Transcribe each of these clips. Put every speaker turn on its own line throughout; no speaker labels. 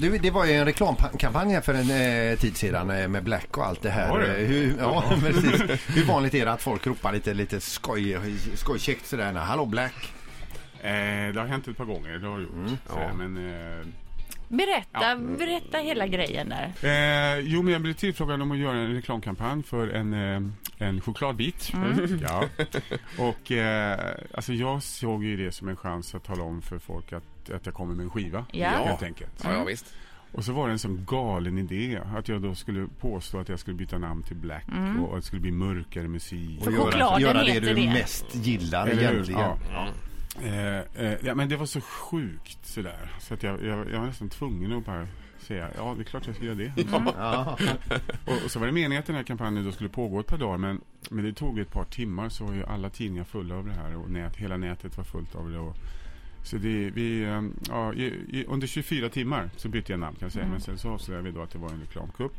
Du, det var ju en reklamkampanj här för en eh, tid sedan eh, med Black och allt det här.
Var det?
Eh, Hur, ja, precis. Hur vanligt är det att folk ropar lite, lite skoj, skojkäckt sådär? när, Hallå Black!
Eh, det har hänt ett par gånger, det har det gjort.
Mm.
sådär, men, eh,
Berätta,
Ja.
berätta hela grejen där.
Eh, jo, men jag blev tillfrågad om att göra en reklamkampanj för en, eh, en chokladbit. Ja. Och eh, alltså jag såg ju det som en chans att tala om för folk att, att jag kommer med en skiva.
Ja.
Helt enkelt.
Ja, ja visst.
Och så var det en sån galen idé att jag då skulle påstå att jag skulle byta namn till Black och att det skulle bli mörkare musik.
För
Och-
chokladen
göra det du
heter det.
mest gillar
Eller hur?
egentligen.
Ja.
Mm.
Eh, eh, ja, men det var så sjukt sådär. Så att jag, jag, jag var nästan tvungen att bara säga ja, det är klart jag ska göra det.
Mm.
Ja.
Och, och så var det meningen att den här kampanjen då skulle pågå ett par dagar men, men det tog ett par timmar så var ju alla tidningar fulla av det här och nät, hela nätet var fullt av det. Och, så det, vi, eh, ja, i, i, under 24 timmar så bytte jag namn kan jag
Mm.
säga men sen så avslöjade vi då att det var en reklamkupp.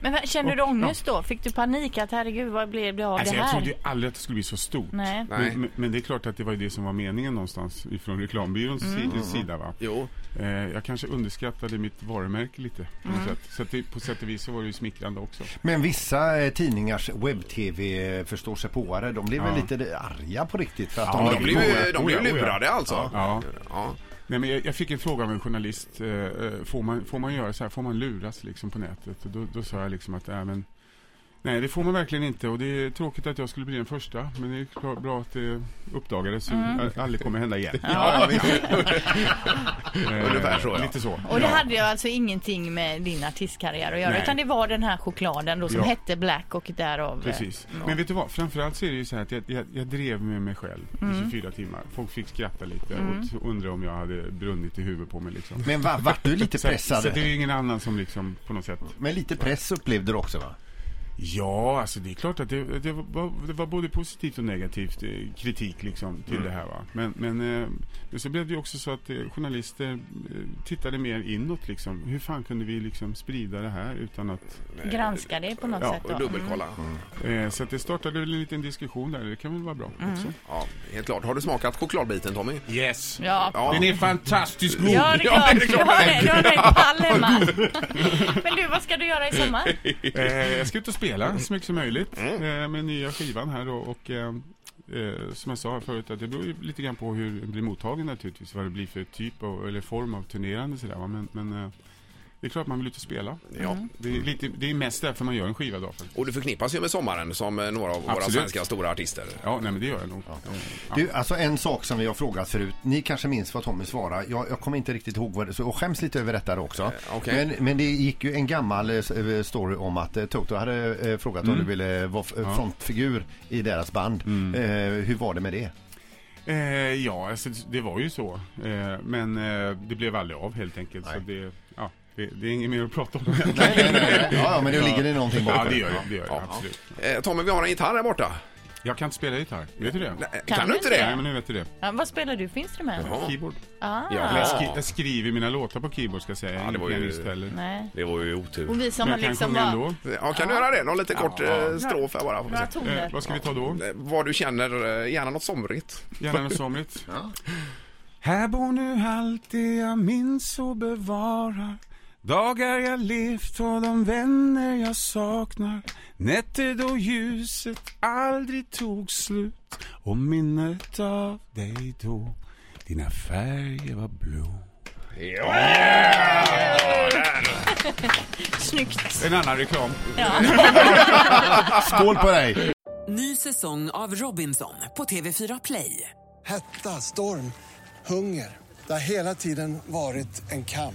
Men vad- kände du
Och-
ångest då? Fick du panik att herregud vad blev det av
Alltså
det
jag
här? Mm.
trodde ju aldrig att det skulle bli så stort.
Nej.
Nej.
Men, men det är klart att det var ju det som var meningen någonstans ifrån reklambyråns
Mm.
si- sida. Va?
Jo.
Eh, jag kanske underskattade mitt varumärke lite. på något sätt. Så att det, på sätt och vis så var det ju smickrande också.
Men vissa eh, tidningars webb-tv eh, förstår sig påare, de blev väl
Ja.
lite arga på riktigt för att
Ja,
De
de
blev
blev
ju de blev
Oh ja, oh ja.
lurade alltså.
Ja.
Ja.
Nej, men jag, jag fick en fråga av en journalist. Eh, eh, får, man, får man göra så här? Får man luras liksom på nätet? Och då, då sa jag liksom att äh, men, nej, det får man verkligen inte. Och det är tråkigt att jag skulle bli den första. Men det är klart, bra att det uppdagades. så a- Aldrig kommer hända igen.
Ja, visst.
Eh,
Ungefär så, ja.
Lite så.
Och det hade ju alltså ingenting med din artistkarriär att göra
Nej.
utan det var den här chokladen då som
Ja.
hette Black och därav... eh,
Precis. Men vet du vad? Framförallt så är det ju så här att jag, jag, jag drev med mig själv i 24 timmar. Folk fick skratta lite och t- undrade om jag hade brunnit i huvudet på mig liksom.
Men va, vart du lite
Så, att- så att det är
pressad?
ju ingen annan som liksom på något sätt
Men lite press upplevde du också va?
Ja, alltså det är klart att det, det, var, det var både positivt och negativt eh, kritik liksom till det här. Va? Men, men eh, så blev det ju också så att eh, journalister eh, tittade mer inåt. Liksom. Hur fan kunde vi liksom sprida det här utan att...
Granska det på något
Ja,
sätt
Och
då. Mm.
dubbelkolla.
Eh, så att det startade väl en liten diskussion där. Det kan väl vara bra också.
Ja, helt klart. Har du smakat chokladbiten Tommy?
Yes!
Mm. Ja.
Ja.
Den är fantastiskt god!
Ja, det är klart.
Ja, det är klart.
Du har det, du har det i pall hemma. Men du, vad ska du göra i sommar?
Eh, jag ska ut och
Mm.
spela så mycket som möjligt eh, med nya skivan här då, och eh, eh, som jag sa förut att det beror ju lite grann på hur den blir mottagen naturligtvis, vad det blir för typ av, eller form av turnerande sådär va? men, men eh, det är klart man vill ut och spela.
Ja.
Det är, lite, det är mest därför man gör en skiva då. Faktiskt.
Och du förknippas ju med sommaren som eh, några av våra
Absolut.
svenska stora artister.
Ja, nej men det gör jag nog. Eh, ja.
Du, alltså en sak som vi har frågat förut. Ni kanske minns vad Tommy svarade. Jag, jag kommer inte riktigt ihåg vad det så jag skäms lite över detta då också.
Eh, okej.
men, men det gick ju en gammal eh, s- eh, story om att eh, Toto hade eh, frågat om du ville vara f- eh, frontfigur i deras band. Eh, hur var det med det?
Eh, ja, alltså, det var ju så. Eh, men eh, det blev aldrig av helt enkelt. Så
Nej.
det, ja, det, det är inget mer att prata om.
Ja, ja men det ligger det någonting bakom.
ja, det gör det. det, gör det
Ja.
absolut.
Eh, Tommy, vi har en gitarr här borta.
Jag kan inte spela gitarr. Vet du det?
Nej,
Kan
Kan,
du
du inte
inte
det?
Nej, men nu vet du det.
Ja, vad spelar du för instrument?
Jaha.
Keyboard.
Ah.
Ja.
Men Jag, skri jag skriver mina låtar på keyboard ska jag säga.
Ja,
Ja,
det
Ingen
var ju-
pianist heller. Men
Ah, Nej.
Det var ju otur.
Och vi som har
jag kan
liksom
sjunga
bara...
ändå.
Ja, kan du göra det? Någon liten kort eh, strof här bara. Får vi se.
Några toner.
Eh, vad ska vi ta då?
Eh, Vad du känner, eh, gärna något somrigt.
Gärna något somrigt. Här bor nu allt det jag minns och bevarar. Dagar jag levt och de vänner jag saknar. Nätter då ljuset aldrig tog slut. Och minnet av dig då. Dina färger var blå.
Snyggt.
En annan reklam.
Skål på dig!
Ny säsong av Robinson på TV4 Play.
Hetta, storm, hunger. Det har hela tiden varit en kamp.